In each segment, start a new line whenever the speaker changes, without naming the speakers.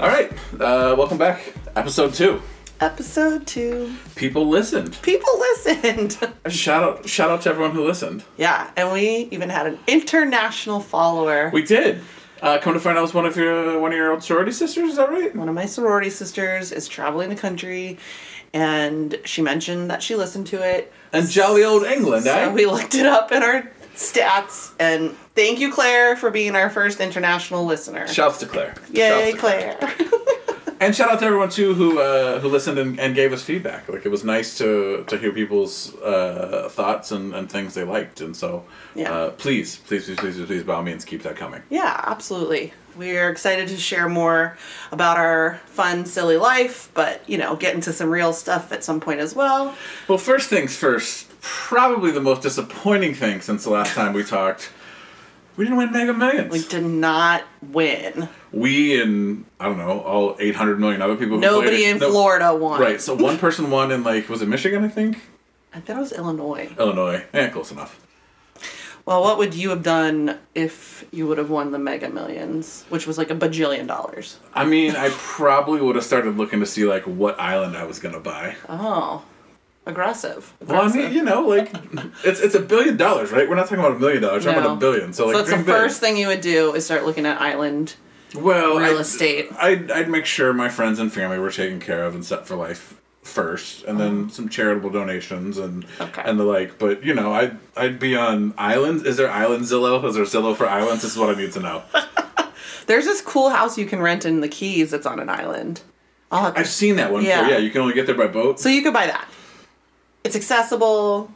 All right, uh, welcome back. Episode two.
Episode two.
People listened.
People listened.
Shout out! Shout out to everyone who listened.
yeah, and we even had an international follower.
We did. Uh, come to find out, it was one of your one of your old sorority sisters. Is that right?
One of my sorority sisters is traveling the country, and she mentioned that she listened to it.
And jolly old England, eh?
So we looked it up in our stats, and thank you, Claire, for being our first international listener.
Shouts to Claire. Shouts
Yay,
to
Claire.
And shout out to everyone too who uh, who listened and, and gave us feedback. Like it was nice to to hear people's uh, thoughts and, and things they liked. And so,
Yeah.
uh, please, please, please, please, please, by all means, keep that coming.
yeah, absolutely. We're excited to share more about our fun, silly life, but you know, get into some real stuff at some point as well.
Well, first things first. Probably the most disappointing thing since the last time we talked. We didn't win Mega Millions.
We did not win.
we and I don't know all 800 million other people. Who
Nobody
played it-
in
no-
Florida won.
Right. So one person won in like was it Michigan? I think
I thought it was Illinois.
Illinois. Yeah, close enough.
Well, what would you have done if you would have won the Mega Millions, which was like a bajillion dollars?
I mean, I probably would have started looking to see like what island I was gonna buy.
Oh, aggressive.
Well, I
aggressive.
mean, you know, like it's it's a billion dollars, right? We're not talking about a million dollars. We're talking about
No.
a billion. So like,
so that's the
dream big.
first thing you would do is start looking at island.
well,
real
I'd-
estate.
I'd I'd make sure my friends and family were taken care of and set for life first, and then some charitable donations and
Mm-hmm. Okay.
and the like. But you know, I'd I'd be on islands. Is there island Zillow? Is there Zillow for islands? This is what I need to know.
There's this cool house you can rent in the Keys that's on an island. I'll have
I've seen that one.
Yeah.
Yeah, yeah. You can only get there by boat.
so you could buy that. It's accessible.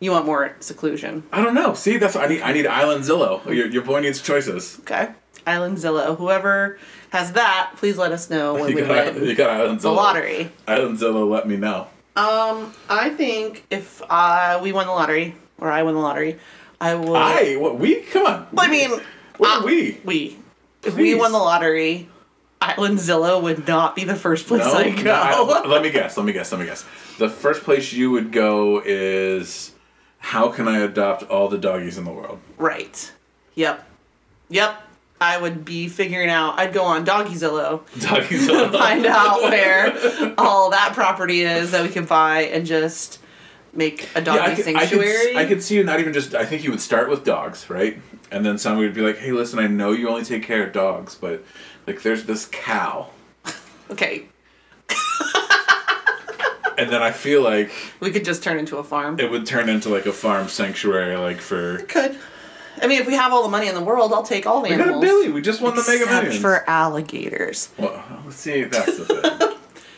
You want more seclusion.
I don't know. See, that's I need. I need Island Zillow.
Mm-hmm.
Your, your boy needs choices.
Okay. Island Zillow. Whoever has that, please let us know when
You
we
got,
win
you got Island Zillow.
the lottery.
Island Zillow, let me know.
Um, I think if uh, we won the lottery, or I won the lottery, I would.
I what we come on.
I mean,
what
uh,
are we?
we. If we
Please.
won the lottery, Island Zillow would not be the first place
No,
I
no, I-
go.
let me guess. Let me guess. Let me guess. The first place you would go is how can I adopt all the doggies in the world?
right. Yep. Yep. I would be figuring out. I'd go on Doggy Zillow,
Doggies. in the world.
find out where all that property is that we can buy, and just make a doggy
Yeah, I could, I, could,
sanctuary.
I could see you not even just. I think you would start with dogs, right? And then somebody would be like, "Hey, listen, I know you only take care of dogs, but like, there's this cow."
okay,
And then I feel like
we could just turn into a farm.
it would turn into like a farm sanctuary, like for.
Could. I mean, if we have all the money in the world, I'll take all the
We got a
animals.
Billy. We just won the Mega
except
Millions.
for alligators.
Well, see, that's the thing.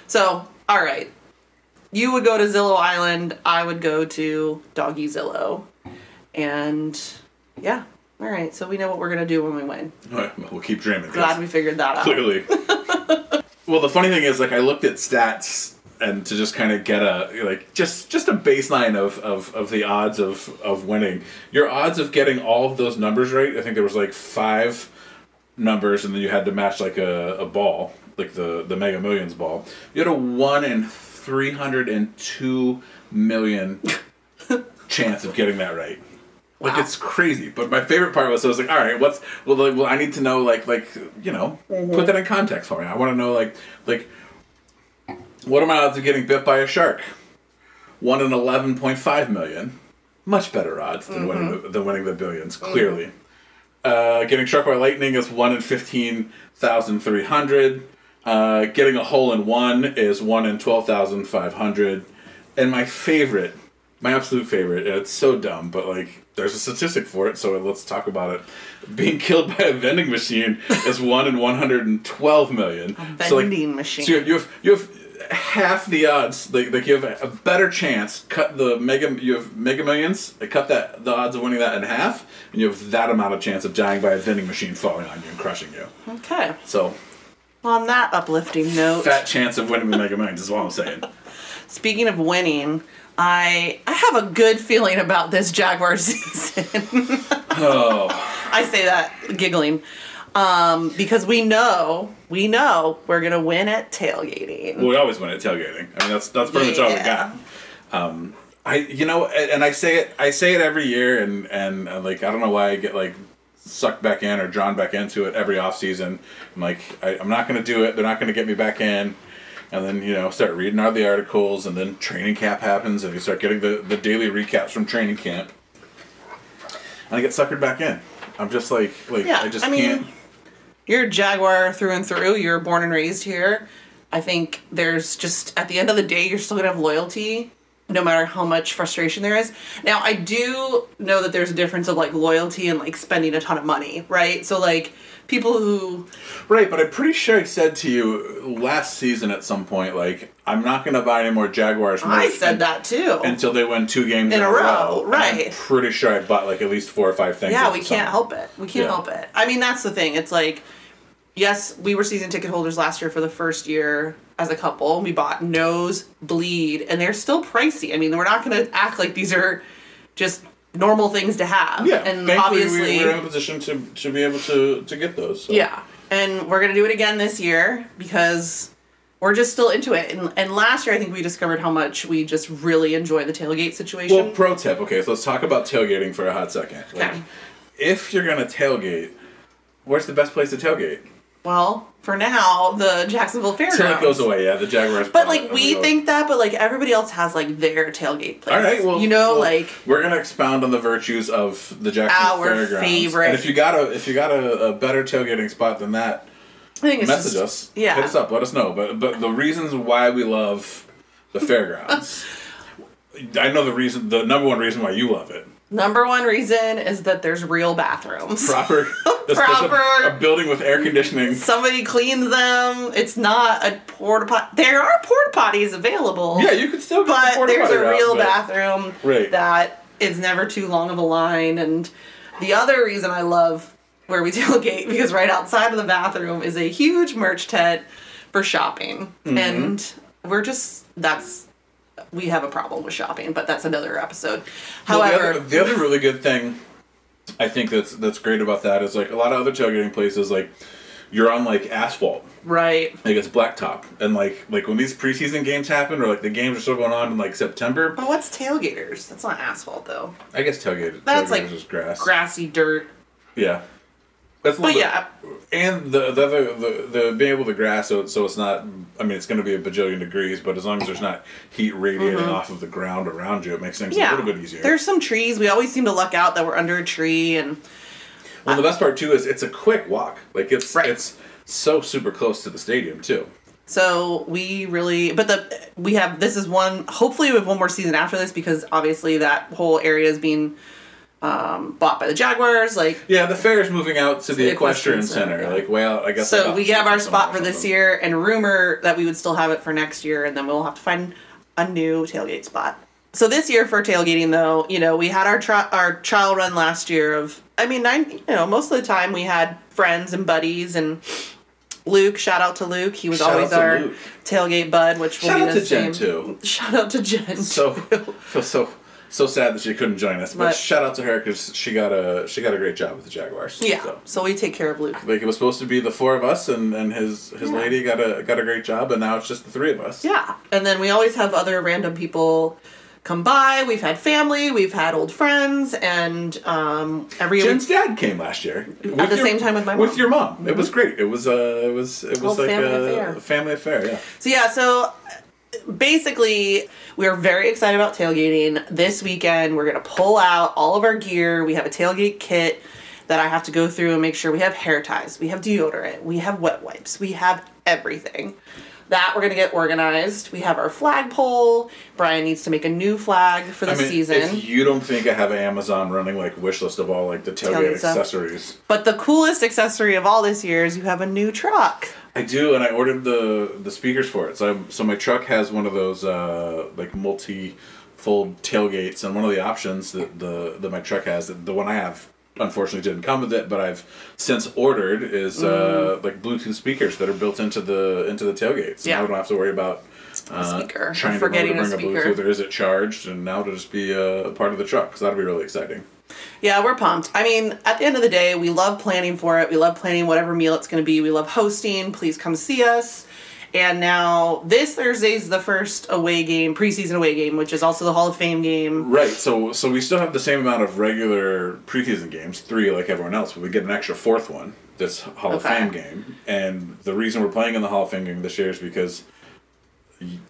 So, all right. You would go to Zillow Island. I would go to Doggy Zillow. And yeah. All right. So we know what we're going to do when we win.
All right, well, we'll keep dreaming.
Glad
guys.
we figured that out.
Clearly. well, the funny thing is, like, I looked at stats and to just kind of get a like just just a baseline of, of of the odds of of winning. Your odds of getting all of those numbers right. I think there was like five numbers, and then you had to match like a, a ball, like the the Mega Millions ball. You had a one in three hundred and two million chance of getting that right. Like
Wow.
it's crazy. But my favorite part was I was like, all right, what's well, like, well I need to know like like you know put that in context for me. I want to know like like what are my odds of getting bit by a shark? One in eleven point five million. Much better odds than
Mm-hmm.
winning than winning the billions. Clearly, uh, getting struck by lightning is one in fifteen thousand three hundred. Uh, getting a hole in one is one in twelve thousand five hundred. And my favorite, my absolute favorite, and it's so dumb, but like there's a statistic for it, so let's talk about it. Being killed by a vending machine is one in one hundred and twelve million. So, like,
Vending machine.
so you have, you have you have half the odds. Like like you have a better chance. Cut the mega. You have Mega Millions. Like cut that the odds of winning that in half, and you have that amount of chance of dying by a vending machine falling on you and crushing you.
Okay.
So
On that uplifting note,
fat chance of winning the Mega Millions is what I'm saying.
speaking of winning, I I have a good feeling about this Jaguar season.
Oh,
I say that giggling. Um, because we know, we know we're gonna win at tailgating.
well, we always win at tailgating. I mean that's that's pretty much all we
Yeah.
got. Um, uh, I you know, and, and I say it I say it every year, and, and and like I don't know why I get like sucked back in or drawn back into it every off season. I'm like, I, I'm not going to do it. They're not going to get me back in. And then you know, start reading all the articles, and then training camp happens, and you start getting the, the daily recaps from training camp. And I get suckered back in. I'm just like, like
Yeah,
I just
I mean-
can't.
You're a Jaguar through and through. You were born and raised here. I think there's just at the end of the day, you're still gonna have loyalty, no matter how much frustration there is. Now, I do know that there's a difference of like loyalty and like spending a ton of money, right? So like people who
Right, but I'm pretty sure I said to you last season at some point, like, I'm not going to buy any more Jaguars.
I
merch
said
un-
that too.
Until they win two games in,
a row,
And I'm
right.
pretty sure I bought like at least four or five things.
Yeah,
at
we
the
can't
time.
help it. We can't
Yeah.
help it. I mean, that's the thing. It's like, yes, we were season ticket holders last year for the first year as a couple. We bought Nose Bleed, and they're still pricey. I mean, we're not going to act like these are just normal things to have.
Yeah,
and
thankfully
obviously,
we, we're in a position to, to be able to, to get those. so.
yeah. And we're going to do it again this year because we're just still into it. And, and last year, I think we discovered how much we just really enjoy the tailgate situation.
Well, pro tip. Okay, so let's talk about tailgating for a hot second. Like,
Okay.
if you're gonna tailgate, where's the best place to tailgate?
Well, for now, the Jacksonville
Till it
Fairgrounds.
goes away. Yeah, the Jaguars. bought
But
it
like
over
we
the-
think that, but like everybody else has like their tailgate place.
All right. Well,
you know,
well,
like
we're gonna expound on the virtues of the Jackson
Our
Fairgrounds.
favorite.
And if you got a if you got a, a better tailgating spot than that,
I think it's
message
just,
us.
Yeah,
Hit us up. Let us know. But but the reasons why we love the fairgrounds. I know the reason. The number one reason why you love it.
Number one reason is that there's real bathrooms.
Proper. there's- there's a-
Proper.
A, building with air conditioning.
Somebody cleans them. It's not a porta pot. There are porta potties available.
Yeah, you could still. get the
but
porta
there's
potty
a
out,
real
but-
bathroom
Right.
that is never too long of a line. And the other reason I love where we tailgate because right outside of the bathroom is a huge merch tent for shopping,
Mm-hmm.
and we're just that's we have a problem with shopping, but that's another episode.
Well,
However,
the other, the other really good thing I think that's that's great about that is like a lot of other tailgating places, like you're on like asphalt,
right,
like it's blacktop, and like like when these preseason games happen or like the games are still going on in like September,
but what's tailgaters? That's not asphalt though.
I guess tailgate.
That's,
tailgaters
like,
is grass.
Grassy dirt.
Yeah. That's a
But
little bit-
yeah,
and the the, other, the the being able to grass so so it's not. I mean, it's going to be a bajillion degrees, but as long as there's not heat radiating off of the ground around you, it makes things
Mm-hmm. yeah.
a little bit easier.
There's some trees. We always seem to luck out that we're under a tree and
Well, the best part too is it's a quick walk. Like it's
Right.
it's so super close to the stadium too.
So we really, but the we have this is one. Hopefully, we have one more season after this because obviously that whole area is being um, bought by the Jaguars. Like,
Yeah, the fair is moving out to the,
the
equestrian
equestrian
center.
center, yeah.
Like, well, I guess. like
so we
opposite
have our
somewhere
spot
or
for this
something.
year, and rumor that we would still have it for next year, and then we'll have to find a new tailgate spot. So this year for tailgating, though, you know, we had our tri- our trial run last year of, I mean, nine, you know, most of the time we had friends and buddies and. Luke, shout out to Luke. He was
Shout out
always
to
our
Luke.
tailgate bud, which will
Shout
be
out
the
to Jen,
same.
too.
Shout out to Jen.
So feel so so sad that she couldn't join us, but,
But-
shout out to her because she got a she got a great job with the Jaguars.
yeah. So.
So.
we take care of Luke.
Like it was supposed to be the four of us, and, and his his
Yeah.
lady got a got a great job, and now it's just the three of us.
Yeah. And then we always have other random people come by. We've had family, we've had old friends, and um, every
Jen's dad came last year at
the same time with my
with
mom.
your mom. It was great. It was uh it was it was
Oh,
like
family
a
affair.
family affair. Yeah.
So yeah, so basically we're very excited about tailgating this weekend. We're gonna pull out all of our gear. We have a tailgate kit that I have to go through and make sure we have hair ties, we have deodorant, we have wet wipes, we have everything. That we're gonna get organized. We have our flagpole. Brian needs to make a new flag for the
I mean,
season.
If you don't think I have Amazon running like wish list of all like the tailgate
Tailgate stuff.
accessories,
But the coolest accessory of all this year is you have a new truck.
I do, and I ordered the the speakers for it. So I'm, so my truck has one of those uh, like multi fold tailgates, and one of the options that the that my truck has, that the one I have unfortunately didn't come with it, but I've since ordered is uh, like Bluetooth speakers that are built into the into the tailgate. So
Mm. Yeah.
now I don't have to worry about. Uh,
speaker.
Trying to
Forgetting
remember
a
to bring
speaker.
Bluetooth, or is it charged? And now it'll just be uh, a part of the truck, so that'll be really exciting.
Yeah, we're pumped. I mean, at the end of the day, we love planning for it. We love planning whatever meal it's going to be. We love hosting. Please come see us. And now this Thursday's the first away game, preseason away game, which is also the Hall of Fame game.
Right, so so we still have the same amount of regular preseason games, three like everyone else, but we get an extra fourth one, this Hall
Okay.
of Fame game. And the reason we're playing in the Hall of Fame game this year is because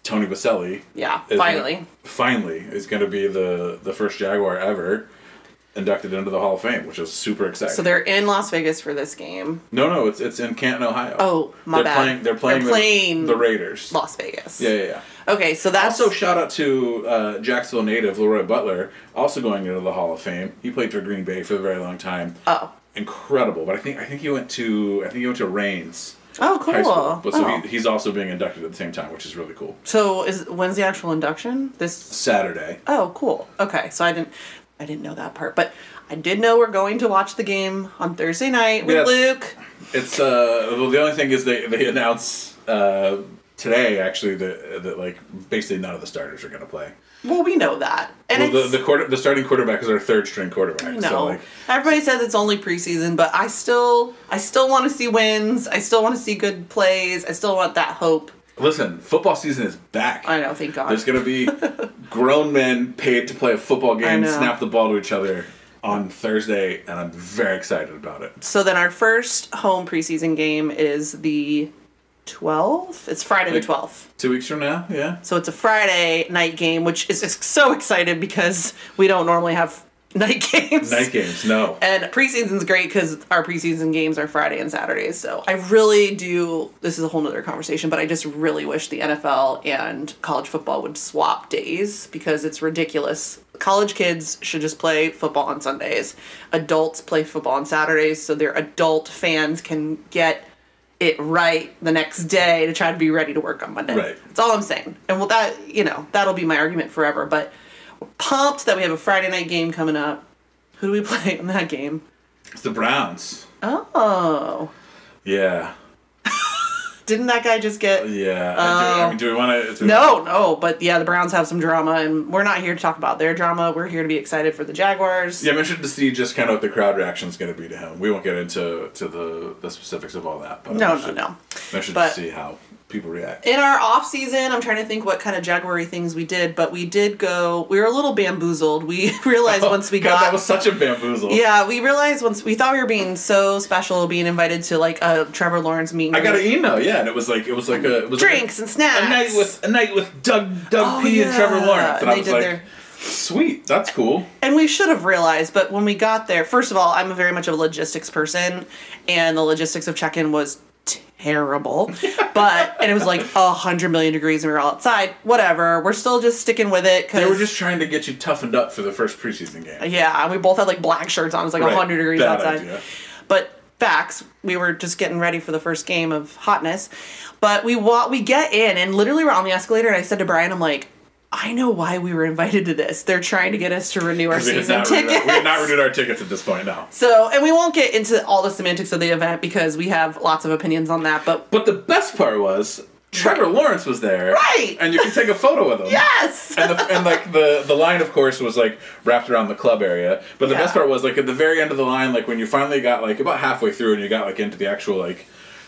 Tony Baselli
Yeah,
is
finally.
gonna- finally is going to be the the first Jaguar ever inducted into the Hall of Fame, which is super exciting.
So they're in Las Vegas for this game.
no, no, it's it's in Canton, Ohio.
Oh, my
they're
bad.
Playing, they're playing, the-
playing
the, Raiders.
Las Vegas.
Yeah, yeah, yeah.
Okay, so that's
Also, shout out to uh, Jacksonville native Leroy Butler, also going into the Hall of Fame. He played for Green Bay for a very long time.
oh
Incredible, but I think I think he went to I think he went to Rains
oh cool.
High School. But so
Oh.
he, he's also being inducted at the same time, which is really cool.
So is when's the actual induction? This
Saturday.
oh cool. Okay, so I didn't I didn't know that part, but I did know we're going to watch the game on Thursday night with
Yes.
Luke.
It's uh well the only thing is they they announce uh today actually that that like basically none of the starters are gonna play.
Well, we know that, and
well,
it's
the the quarter the starting quarterback is our third string quarterback.
you
So
know
like
everybody says it's only preseason, but I still I still want to see wins. I still want to see good plays. I still want that hope.
listen, football season is back.
I know. Thank God.
There's gonna be grown men paid to play a football
I
game,
know.
snap the ball to each other on Thursday, and I'm very excited about it.
So then our first home preseason game is the 12th. It's Friday the
Like-
12th.
Two weeks from now, yeah.
So it's a Friday night game, which is just so excited because we don't normally have night games.
Night games, no.
And preseason's great because our preseason games are Friday and Saturdays. So I really do. This is a whole nother conversation, but I just really wish the NFL and college football would swap days because it's ridiculous. College kids should just play football on Sundays. Adults play football on Saturdays, so their adult fans can get it right the next day to try to be ready to work on Monday.
Right.
That's all I'm saying. And well, that you know that'll be my argument forever. But we're pumped that we have a Friday night game coming up. Who do we play in that game?
It's the Browns.
Oh.
Yeah,
Didn't that guy just get.
Oh, yeah. I do- I mean, do we want to?
No, no, but yeah, the Browns have some drama, and we're not here to talk about their drama. We're here to be excited for the Jaguars.
Yeah, I'm interested to see just kind of what the crowd reaction is going to be to him. We won't get into to the, the specifics of all that, but I'm
No, no,
interested-
no.
I'm interested
But-
to see how people react.
In our off season, I'm trying to think what kind of Jaguary things we did, but we did go. We were a little bamboozled. We realized once we
Oh, God,
got
that was such a bamboozle.
Yeah, we realized once we thought we were being so special, being invited to like a Trevor Lawrence meeting.
I got an email, yeah, and it was like it was like a it was
drinks and
Like
snacks.
a, a night with a night with Doug Doug
Oh,
P and Trevor
yeah.
Lawrence, and,
And
I
they
was
did
like,
their-
sweet, that's cool.
and we should have realized, but when we got there, first of all, I'm very much a logistics person, and the logistics of check-in was terrible. but and it was like a hundred million degrees, and we were all outside. Whatever, we're still just sticking with it
They were
because
just trying to get you toughened up for the first preseason game.
yeah, and we both had like black shirts on. It was like a
Right.
hundred degrees
Bad
outside.
idea.
But facts, we were just getting ready for the first game of hotness. But we wa- we get in and literally we're on the escalator and I said to Brian, I'm like, I know why we were invited to this. They're trying to get us to renew our
We had,
season
not renewed, our-
tickets.
we had not renewed our tickets at this point now.
so, and we won't get into all the semantics of the event because we have lots of opinions on that. But
But the best part was Trevor Lawrence was there,
Right.
And you could take a photo with him.
yes,
and, the, and like the the line of course was like wrapped around the club area but the
Yeah.
best part was like at the very end of the line like when you finally got like about halfway through and you got like into the actual like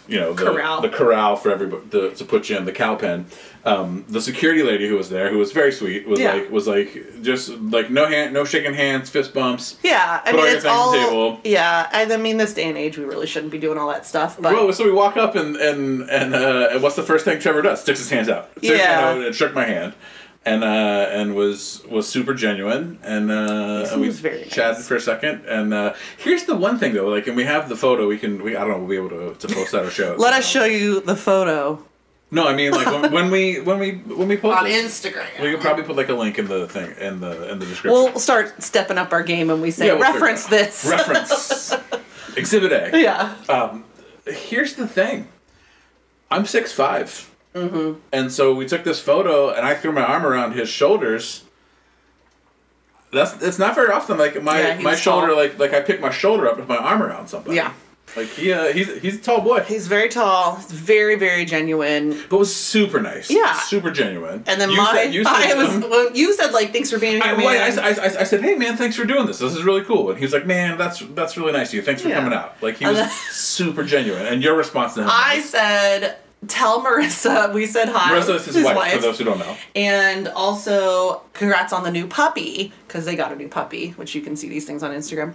you know the
Corral.
the corral for everybody the, to put you in the cow pen um, the security lady who was there who was very sweet was
Yeah.
like was like just like no hand no shaking hands fist bumps
yeah. I
Put all
mean,
your
it's
things
all
on the table.
yeah. I, I mean, this day and age, we really shouldn't be doing all that stuff. But
Well, so we walk up and and and uh, and what's the first thing Trevor does? Sticks his hands out. Sticks his hand
Yeah.
out and shook my hand, and uh, and was was super genuine, and, uh, and we
seems very nice.
chatted for a second. And uh, here's the one thing though, like, and we have the photo. We can we I don't know we'll be able to, to post that or show. it.
let us show you the photo
No, I mean like when, when we when we when we post
on
this,
Instagram.
we could probably put like a link in the thing in the in the description.
We'll start stepping up our game and we say
Yeah, we'll figure it
reference
out.
this.
Reference. Exhibit A.
yeah.
here's the thing i'm 6'5 mm-hmm. and so we took this photo and i threw my arm around his shoulders that's it's not very often like my
Yeah, he
my
was
shoulder
tall.
like like i pick my shoulder up with my arm around somebody
Yeah.
like he uh, he's he's a tall boy
He's very tall, very very genuine.
but was super nice
Yeah.
super genuine
And then
you
my
said, you said
I
to
was
him-
well, you said like thanks for being here.
I,
man.
well, I, I, I, I said, "Hey man, thanks for doing this. This is really cool." And he was like, "Man, that's that's really nice of you. Thanks for
Yeah.
coming out." Like he
And
was
then-
super genuine. And your response to him,
I
was,
said tell Marissa we said hi.
Marissa is his, wife, for those who don't know.
And also, congrats on the new puppy, because they got a new puppy, which you can see these things on Instagram.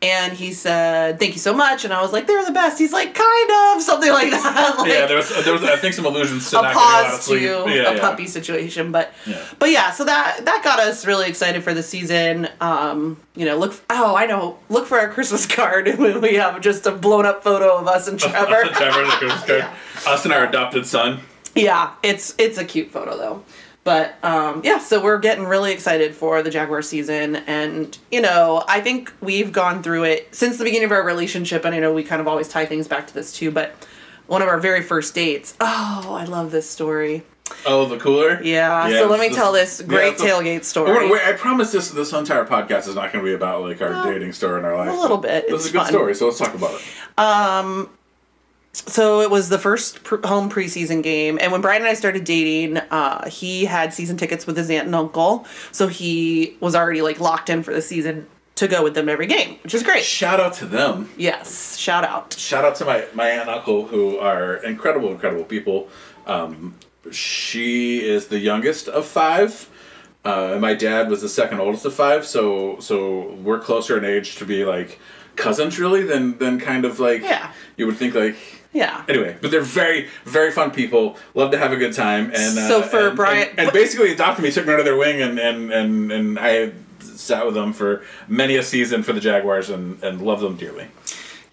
And he said, Thank you so much. And I was like, They're the best. He's like, Kind of, something like that. like,
yeah, there was, there was I think some allusions to
a
not getting allowed to
pause to
sleep. Yeah,
a
yeah.
puppy situation. But
Yeah.
but yeah, so that that got us really excited for the season. Um, you know, look oh I know, look for our Christmas card when we have just a blown up photo of us and Trevor.
Trevor, the Christmas card. Us and our adopted son.
yeah, it's it's a cute photo though. But um, yeah, so we're getting really excited for the Jaguar season, and you know, I think we've gone through it since the beginning of our relationship, and I know we kind of always tie things back to this too. But one of our very first dates. Oh, I love this story.
Oh, the cooler.
Yeah.
Yeah,
so let me
this-
tell this
yeah,
great
so-
tailgate story.
Wait, wait, I promise this this entire podcast is not going to be about like our
Well,
dating story in our life.
a little bit.
This
It's
is a good
fun.
story, so let's talk about it.
So it was the first pr- home preseason game, and when Brian and I started dating, uh, he had season tickets with his aunt and uncle, so he was already like locked in for the season to go with them every game, which is great.
Shout out to them.
Yes, shout out.
Shout out to my my aunt and uncle who are incredible, incredible people. Um, she is the youngest of five. Uh, and my dad was the second oldest of five, so so we're closer in age to be like cousins really than than kind of like
Yeah.
you would think like
Yeah.
Anyway, but they're very, very fun people. Love to have a good time. And uh,
So for
and,
Brian-
and, and basically adopted me, took me under their wing, and and and and I sat with them for many a season for the Jaguars, and and love them dearly.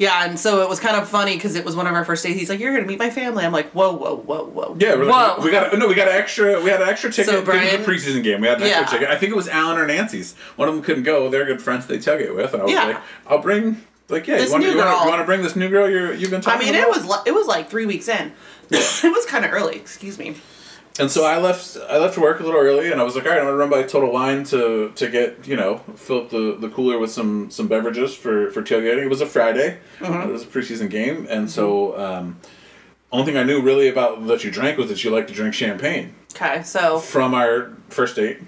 Yeah, and so it was kind of funny because it was one of our first days. He's like, "You're gonna meet my family." I'm like, "Whoa, whoa, whoa, whoa."
Yeah, we're like,
whoa.
we got no, we got an extra, we had an extra ticket
So
because of
Brian-
the preseason game. We had an extra
Yeah.
ticket. I think it was Alan or Nancy's. One of them couldn't go. They're good friends. They tug it with, and I was
Yeah.
like, I'll bring. Like yeah,
This
you want
new
you
girl.
want to bring this new girl you're, you've been
I
talking
mean,
about?
it was li- it was like three weeks in. it was kind of early. Excuse me.
And so I left. I left work a little early, and I was like, "All right, I'm gonna run by Total Wine to to get you know fill up the, the cooler with some some beverages for for tailgating." It was a Friday.
Mm-hmm.
It was a preseason game, and so um, only thing I knew really about that you drank was that you liked to drink champagne
Okay, so
from our first date.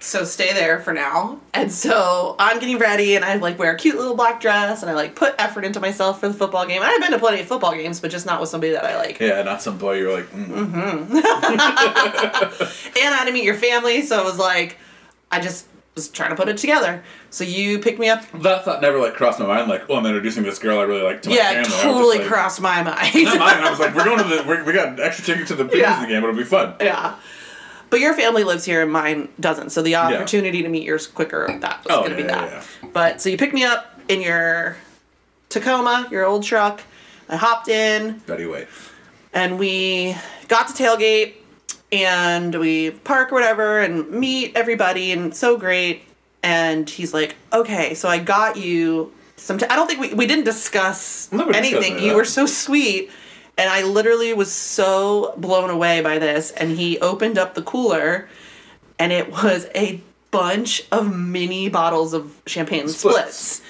so stay there for now. And so I'm getting ready and I like wear a cute little black dress and I like put effort into myself for the football game. And I've been to plenty of football games, but just not with somebody that I like.
Yeah, not some boy. You were like, mm.
And I had to meet your family, so it was like I just was trying to put it together. So you picked me up.
that thought never like crossed my mind. Like, oh, I'm introducing this girl I really like to my
yeah,
family. I was just
totally
like-
crossed my mind.
Not mine. I was like, we're going to the. We're, we got an extra ticket to the preseason
Yeah.
game. It'll be fun.
yeah. But your family lives here and mine doesn't, so the opportunity to meet yours quicker that was
Oh,
gonna be
yeah,
that.
yeah,
But so you picked me up in your Tacoma, your old truck. I hopped in.
Betty White.
and we got to tailgate and we park or whatever and meet everybody and so great and he's like okay so i got you some t- i don't think we, we didn't discuss
No, we didn't discuss
anything
any of
you
that.
were so sweet and i literally was so blown away by this and he opened up the cooler and it was a bunch of mini bottles of champagne
Splits.
splits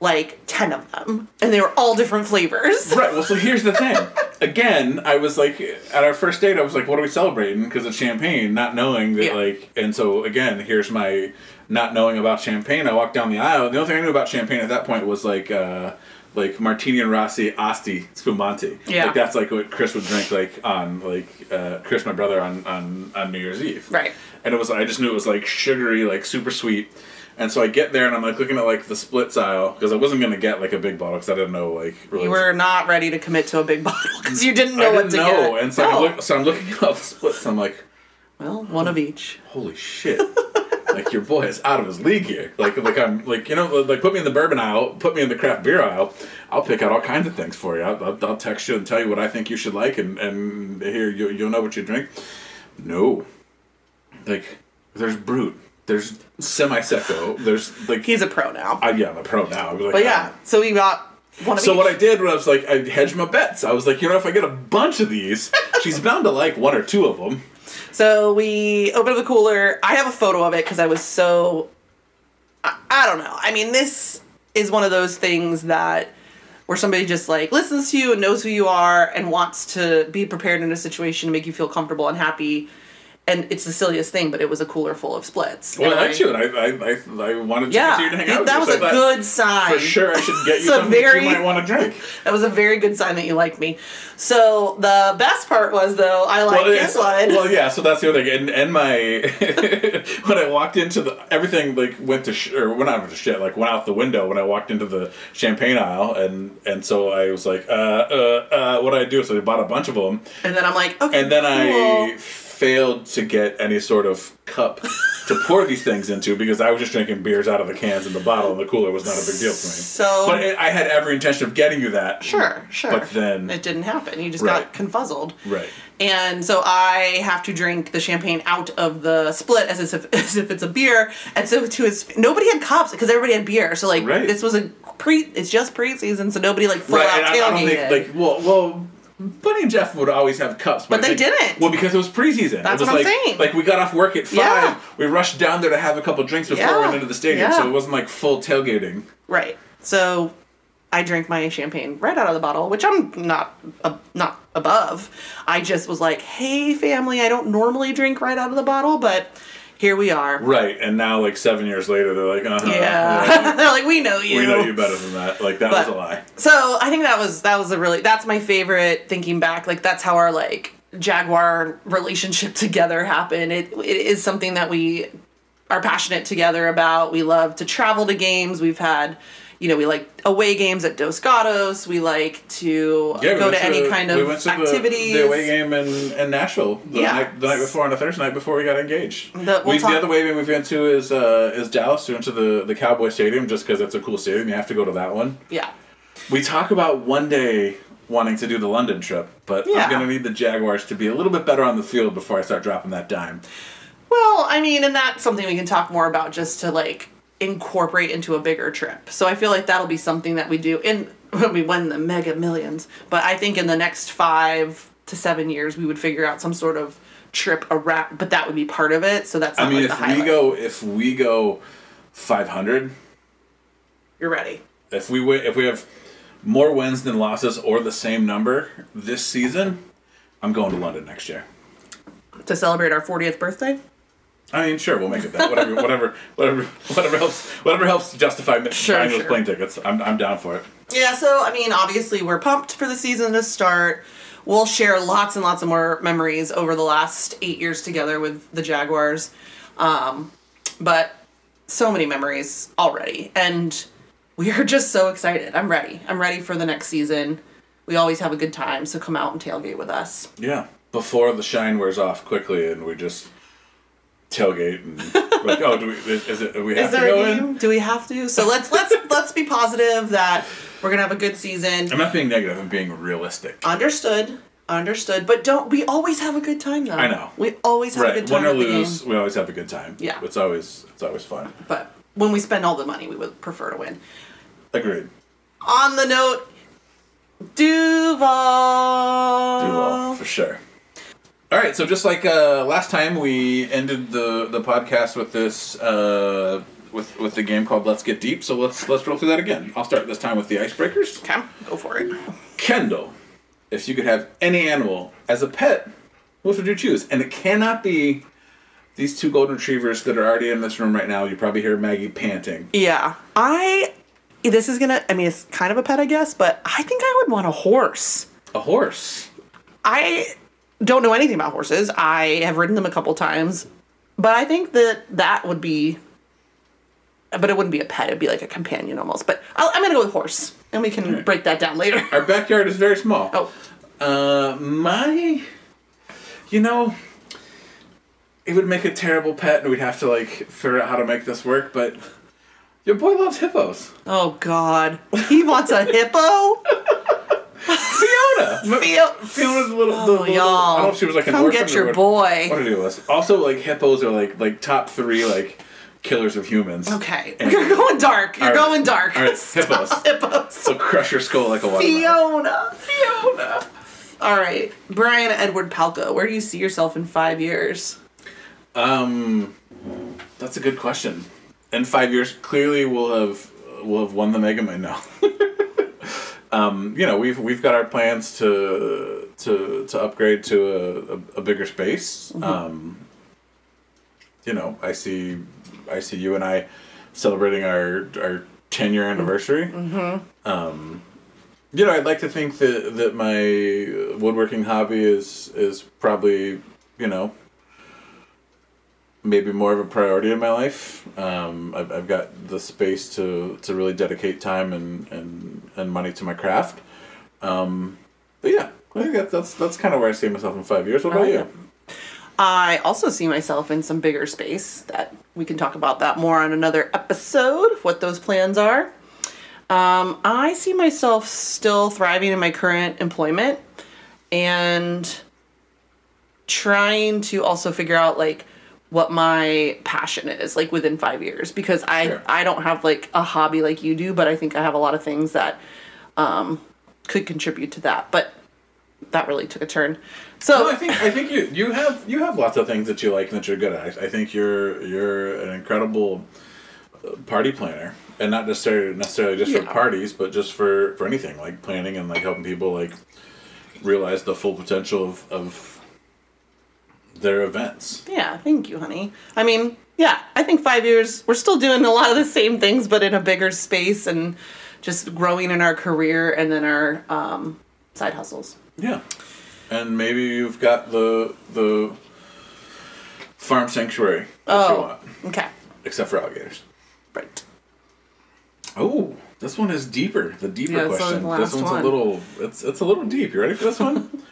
like 10 of them and they were all different flavors
Right. Well, so here's the thing. Again, I was like, at our first date, I was like, "What are we celebrating?" Because of champagne, not knowing that,
Yeah.
like, and so again, here's my not knowing about champagne. I walked down the aisle. and The only thing I knew about champagne at that point was like, uh, like Martini and Rossi Asti Spumante.
Yeah.
Like that's like what Chris would drink like on like uh, Chris, my brother, on on on New Year's Eve.
Right.
And it was I just knew it was like sugary, like super sweet. And so I get there and I'm like looking at like the splits aisle because I wasn't gonna get like a big bottle because I didn't know like really
You were not ready to commit to a big bottle because you didn't know
I
what
didn't
to
know,
get.
and so,
No.
I'm look, so I'm looking at all the splits. And I'm like,
well, one of each.
holy shit! like your boy is out of his league here. Like, like I'm like you know, like put me in the bourbon aisle, put me in the craft beer aisle. I'll pick out all kinds of things for you. I'll, I'll, I'll text you and tell you what I think you should like, and and here you, you'll know what you drink. No, like there's brute, there's semi seco, there's like
He's a pro now.
I, yeah, I'm a pro now. I'd be like, "Ah,
but yeah, so we got one of
so
each.
what I did was like I hedged my bets. I was like, you know, if I get a bunch of these, she's bound to like one or two of them.
so we opened up the cooler. I have a photo of it because I was so. I, I don't know. I mean, this is one of those things that where somebody just like listens to you and knows who you are and wants to be prepared in a situation to make you feel comfortable and happy. and it's the silliest thing, but it was a cooler full of splits.
Well,
And
I liked you, and I, I, I, I wanted to
Yeah,
continue to hang out with
that
you.
was
so I
a
thought,
good sign.
For sure, I should get
It's
you
a
something that
very-
you might want to drink.
That was a very good sign that you liked me. So the best part was though I liked
it's-
this one.
well, yeah. So that's the other thing, and and my when I walked into the everything like went to sh- or went out to shit like went out the window when I walked into the champagne aisle, and and so I was like, uh, uh, uh, what did I do? So I bought a bunch of them,
and then I'm like, okay.
and then I
cool.
failed to get any sort of cup to pour these things into because I was just drinking beers out of the cans and the bottle and the cooler was not a big deal for me.
So-
but it, I had every intention of getting you that.
Sure, sure.
But then-
it didn't happen. You just
Right.
got confuzzled.
Right.
And so I have to drink the champagne out of the split as if as if it's a beer. And so to his nobody had cups because everybody had beer. So like
Right.
this was a pre it's just preseason, so nobody like full
Right,
out
and I, I don't
tailgated.
think like well, well, Bunny and Jeff would always have cups,
But
I
they
think-
didn't.
Well, because it was preseason.
That's
it was
what I'm
like,
saying.
Like we got off work at five,
Yeah.
we rushed down there to have a couple drinks before
Yeah.
we went into the stadium,
Yeah.
so it wasn't like full tailgating.
Right. So I drank my champagne right out of the bottle, which I'm not uh, not above. I just was like, "Hey family, I don't normally drink right out of the bottle, but here we are."
Right, and now like seven years later, they're like, uh huh,
Yeah. They're like, "We know you."
we know you better than that. Like that was
But-
a lie.
So, I think that was that was a really that's my favorite thinking back. Like that's how our like Jaguar relationship together happened. It it is something that we are passionate together about. We love to travel to games. We've had, you know, we like away games at Dos Gatos. We like to
Yeah, we
go
went
to any
the-
kind
we
of
went to the-
activities.
The, away game in, in Nashville the,
Yeah.
night, the night before on a Thursday night before we got engaged.
The- we'll
we,
talk-
the other away game we went to is uh, is Dallas. We went to the, the Cowboy Stadium just because it's a cool stadium. You have to go to that one.
Yeah.
We talk about one day wanting to do the London trip, but
Yeah.
I'm going to need the Jaguars to be a little bit better on the field before I start dropping that dime.
Well, I mean, and that's something we can talk more about just to like incorporate into a bigger trip. So I feel like that'll be something that we do in when we win the mega millions. But I think in the next five to seven years, we would figure out some sort of trip around, but that would be part of it. So that's not
I mean,
like
if
the
we
highlight.
go, if we go 500,
You're ready.
if we win, if we have more wins than losses or the same number this season, I'm going to London next year.
To celebrate our 40th birthday?
I mean, sure, we'll make it that. Whatever, whatever, whatever, whatever helps. Whatever helps justify mi-
Sure,
buying
sure.
those plane tickets. I'm, I'm down for it.
Yeah, so I mean, obviously, we're pumped for the season to start. We'll share lots and lots of more memories over the last eight years together with the Jaguars. Um, but so many memories already. And we are just so excited. I'm ready. I'm ready for the next season. We always have a good time, so come out and tailgate with us.
Yeah. Before the shine wears off quickly, and we just tailgate and like, oh, do we? Is, is it? Do we have
Is
to
there
go
a game?
in?
Do we have to? So let's let's let's be positive that we're gonna have a good season.
I'm not being negative. I'm being realistic.
Understood. Understood. But don't we always have a good time though?
I know.
We always have a
Right.
good
Win
time.
or
at the game.
lose, we always have a good time.
Yeah.
It's always it's always fun.
But when we spend all the money, we would prefer to win.
Agreed.
On the note, Duval.
Do well for sure. All right, so just like uh, last time, we ended the, the podcast with this uh, with with the game called Let's Get Deep. So let's let's roll through that again. I'll start this time with the icebreakers.
Okay, go for it.
Kendall, if you could have any animal as a pet, which would you choose? And it cannot be these two golden retrievers that are already in this room right now. You probably hear Maggie panting.
Yeah, I. This is gonna. I mean, it's kind of a pet, I guess, but I think I would want a horse.
A horse.
I don't know anything about horses. I have ridden them a couple times, but I think that that would be. But it wouldn't be a pet. It'd be like a companion almost. But I'll, I'm gonna go with horse, and we can break that down later.
Our backyard is very small.
Oh,
Uh, my, you know, it would make a terrible pet, and we'd have to like figure out how to make this work. But your boy loves hippos.
Oh God, he wants a hippo.
Fiona.
Feel-
Fiona's little. the
Oh,
little- I don't know
y'all,
if she was like an
come
orphan
get
or
your
what-
boy.
What to do with? Also, like hippos are like like top three like killers of humans.
Okay,
And-
you're going dark. You're
All right.
going dark.
All right, hippos.
Hippos.
They'll crush your skull like a watermelon.
Fiona. Fiona. All right, Brian Edward Palco. Where do you see yourself in five years?
Um, that's a good question. In five years, clearly we'll have we'll have won the Mega Man now. um, you know, we've we've got our plans to to to upgrade to a, a, a bigger space. Um, you know, I see, I see you and I celebrating our our ten year anniversary. Mm-hmm. Um, you know, I'd like to think that that my woodworking hobby is is probably you know maybe more of a priority in my life. Um, I've, I've got the space to to really dedicate time and and and money to my craft. Um, but yeah, I think that, that's that's kind of where I see myself in five years. What about
like
you?
it. I also see myself in some bigger space that we can talk about that more on another episode, what those plans are. Um, I see myself still thriving in my current employment and trying to also figure out like what my passion is like within five years because I
Sure.
I don't have like a hobby like you do, but I think I have a lot of things that um, could contribute to that. But that really took a turn. So
No, I think I think you you have you have lots of things that you like and that you're good at. I, I think you're you're an incredible uh, party planner, and not necessarily necessarily just for
Yeah.
parties, but just for for anything like planning and like helping people like realize the full potential of of their events.
Yeah, thank you, honey. I mean, yeah, I think five years, we're still doing a lot of the same things, but in a bigger space and just growing in our career and then our um, side hustles.
Yeah, and maybe you've got the the farm sanctuary that you
Oh,
want,
okay.
except for alligators.
Right.
Oh, this one is deeper. The deeper
Yeah, it's like
question.
the
This
last
one's
one.
a little. It's it's a little deep. You ready for this one?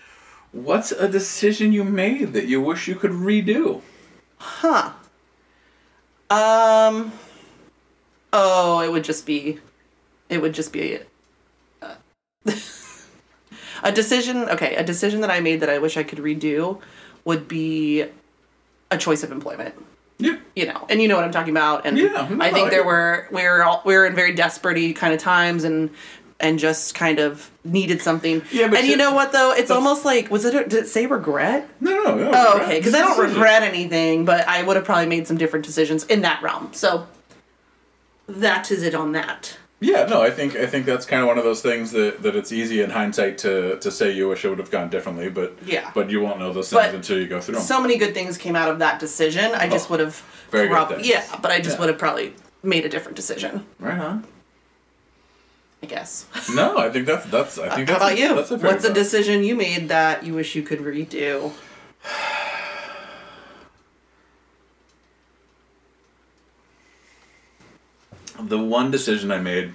What's a decision you made that you wish you could redo?
Huh. Um. Oh, it would just be, it would just be. Uh, a decision okay a decision that i made that i wish i could redo would be a choice of employment
Yeah.
you know, and you know what I'm talking about. And
Yeah, no,
I think
I
there
do.
were we were all we were in very desperate kind of times and and just kind of needed something.
Yeah, but
and
you-
you know what though? It's almost like was it a, did it say regret?
No, no, no.
Oh,
regret.
okay, because I don't
Decision.
regret anything, but I would have probably made some different decisions in that realm. So that is it on that.
Yeah, no. I think I think that's kind of one of those things that, that it's easy in hindsight to, to say you wish it would have gone differently, but
Yeah.
but you won't know those things
But
until you go through them.
So many good things came out of that decision. I
Oh,
just would have
very good
prob-
things.
yeah, but I just
Yeah.
would have probably made a different decision.
right on.
I guess.
No, I think that's that's. I think
How
that's a-
about you?
That's a fair
What's a
bet.
decision you made that you wish you could redo?
the one decision I made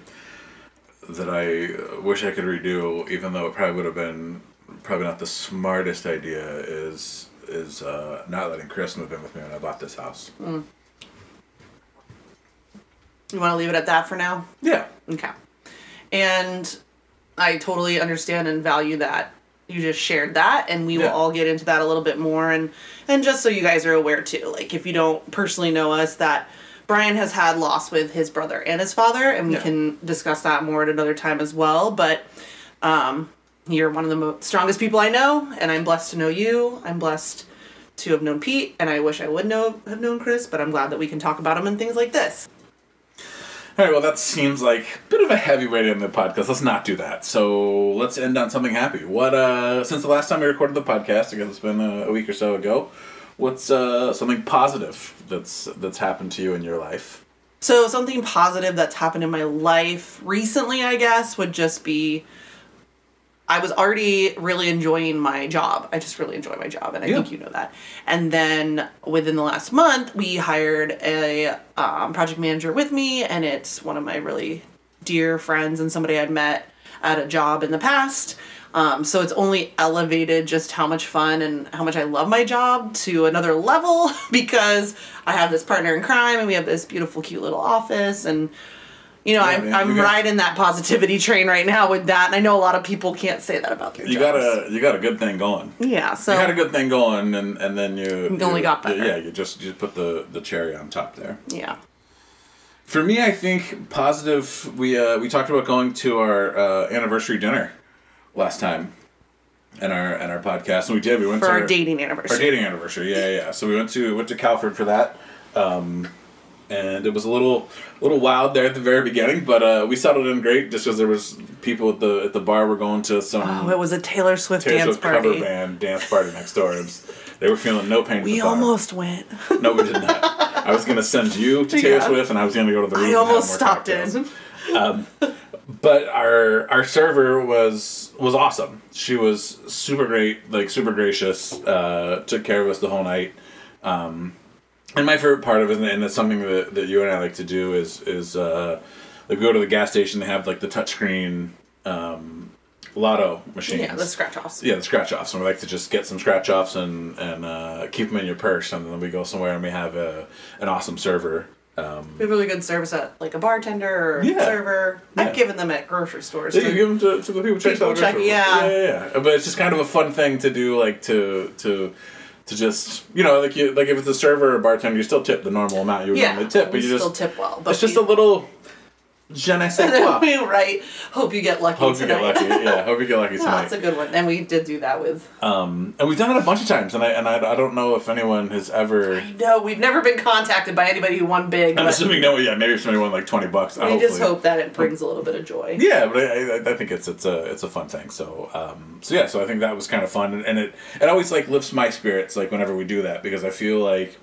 that I uh, wish I could redo, even though it probably would have been probably not the smartest idea, is is uh, not letting Chris move in with me when I bought this house.
You want to leave it at that for now?
Yeah,
Okay. And I totally understand and value that. You just shared that, and we will
Yeah.
all get into that a little bit more. And and just so you guys are aware too, like if you don't personally know us, that Brian has had loss with his brother and his father, and we
Yeah.
can discuss that more at another time as well. But um, you're one of the mo- strongest people I know, and I'm blessed to know you. I'm blessed to have known Pete, and I wish I would know have known Chris, but I'm glad that we can talk about him and things like this.
All right, well, that seems like a bit of a heavy weight in the podcast. Let's not do that. So let's end on something happy. What, uh, since the last time we recorded the podcast, I guess it's been a, a week or so ago, what's uh, something positive that's that's happened to you in your life?
So something positive that's happened in my life recently, I guess, would just be I was already really enjoying my job. I just really enjoy my job, and I
Yeah.
think you know that. And then within the last month, we hired a um, project manager with me, and it's one of my really dear friends and somebody I'd met at a job in the past. Um, so it's only elevated just how much fun and how much I love my job to another level because I have this partner in crime and we have this beautiful, cute little office and you know, I'm,
man,
I'm
you got-
riding that positivity train right now with that, and I know a lot of people can't say that about their
You got
jobs.
a you got a good thing going.
yeah. So
You had a good thing going, and, and then you, you
only got better.
Yeah, you just you put the, the cherry on top there.
yeah,
For me, I think positive. We uh, we talked about going to our uh, anniversary dinner last time, and our and our podcast, and we did. We went
for
to
our dating
our
anniversary.
dating anniversary. Yeah, yeah. yeah. So we went to went to Calford for that, um, and it was a little little wild there at the very beginning, but uh, we settled in great just because there was people at the at the bar. were going to some
oh, it was a Taylor Swift
Taylor
dance
Swift
party.
cover band dance party next door. It was, They were feeling no pain. with
We
the fire.
almost went.
No, we did not. I was gonna send you to Taylor
Yeah.
Swift, and I was gonna go to the. roof
I
and have
almost
more
stopped
cocktails.
in.
But our our server was was awesome. She was super great, like super gracious. Uh, took care of us the whole night. Um, and my favorite part of it, and it's something that, that you and I like to do, is is uh, like we go to the gas station. They have like the touchscreen um, lotto machines.
Yeah, the scratch offs.
Yeah, the scratch offs, and we like to just get some scratch offs and and uh, keep them in your purse, and then we go somewhere and we have a an awesome server.
We have really good service at like a bartender or
Yeah.
server.
Yeah.
I've given them at grocery stores.
Yeah, you
too.
give them to, to the people check
People
out. the
check-
restaurant.
yeah.
yeah, yeah. But it's just kind of a fun thing to do, like to to to just you know like you like if it's a server or bartender, you still tip the normal amount you would
yeah,
normally tip, but
we
you
still
just
tip well. But
it's just
we,
a little je ne sais quoi.
we write. Hope you get lucky
Hope you
tonight.
get lucky. Yeah, hope you get lucky
No,
tonight.
that's a good one, and we did do that with.
and we've done it a bunch of times, and I and I, I don't know if anyone has ever.
No, we've never been contacted by anybody who won big.
I'm
but
assuming no, yeah, maybe if somebody won like twenty bucks.
we just
hopefully.
hope that it brings a little bit of joy.
Yeah, but I, I- I think it's it's a it's a fun thing. So um, so yeah, so I think that was kind of fun, and, and it it always like lifts my spirits like whenever we do that because I feel like,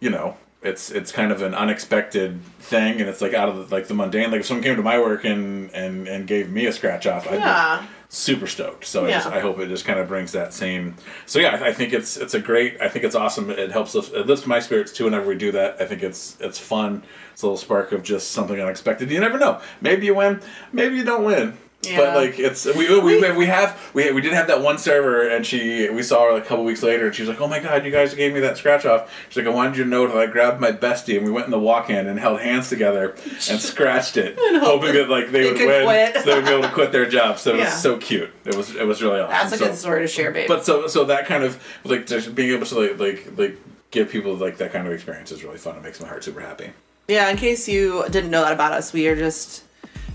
you know, it's it's kind of an unexpected thing, and it's like out of the, like the mundane. Like if someone came to my work and and and gave me a scratch off, I'd be
Yeah.
super stoked. So I,
Yeah.
just, I hope it just kind of brings that same. So yeah, I, I think it's it's a great. I think it's awesome. It helps us. It lifts my spirits too. Whenever we do that, I think it's it's fun. It's a little spark of just something unexpected. You never know. Maybe you win. Maybe you don't win. But
Yeah.
like it's we we, we we have we we did have that one server and she we saw her like a couple weeks later and she was like oh my god you guys gave me that scratch off she's like I wanted you to know that I grabbed my bestie and we went in the walk in and held hands together and scratched it hoping that like they,
they
would
could
win
quit.
so they would be able to quit their job so it
Yeah.
was so cute it was it was really awesome
That's a
So-
good story to share, babe.
but so so that kind of like just being able to like like like give people like that kind of experience is really fun it makes my heart super happy
yeah, in case you didn't know that about us, we are just,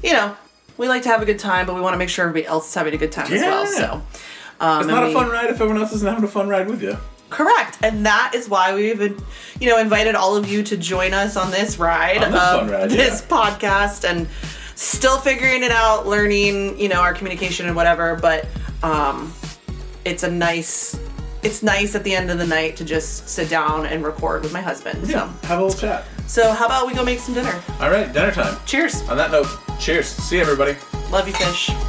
you know, we like to have a good time, but we want to make sure everybody else is having a good time as well.
Yeah.
So. Um,
it's
and
not a
we-
fun ride if everyone else isn't having a fun ride with you
Correct, and that is why we've, in- you know, invited all of you to join us on this ride
On this
of
fun ride,
this
yeah.
podcast, and still figuring it out, learning, you know, our communication and whatever. But um, it's a nice, it's nice at the end of the night to just sit down and record with my husband.
have a little chat
So, so how about we go make some dinner?
all right dinner time
Cheers.
on that note cheers see you, everybody.
Love you, fish.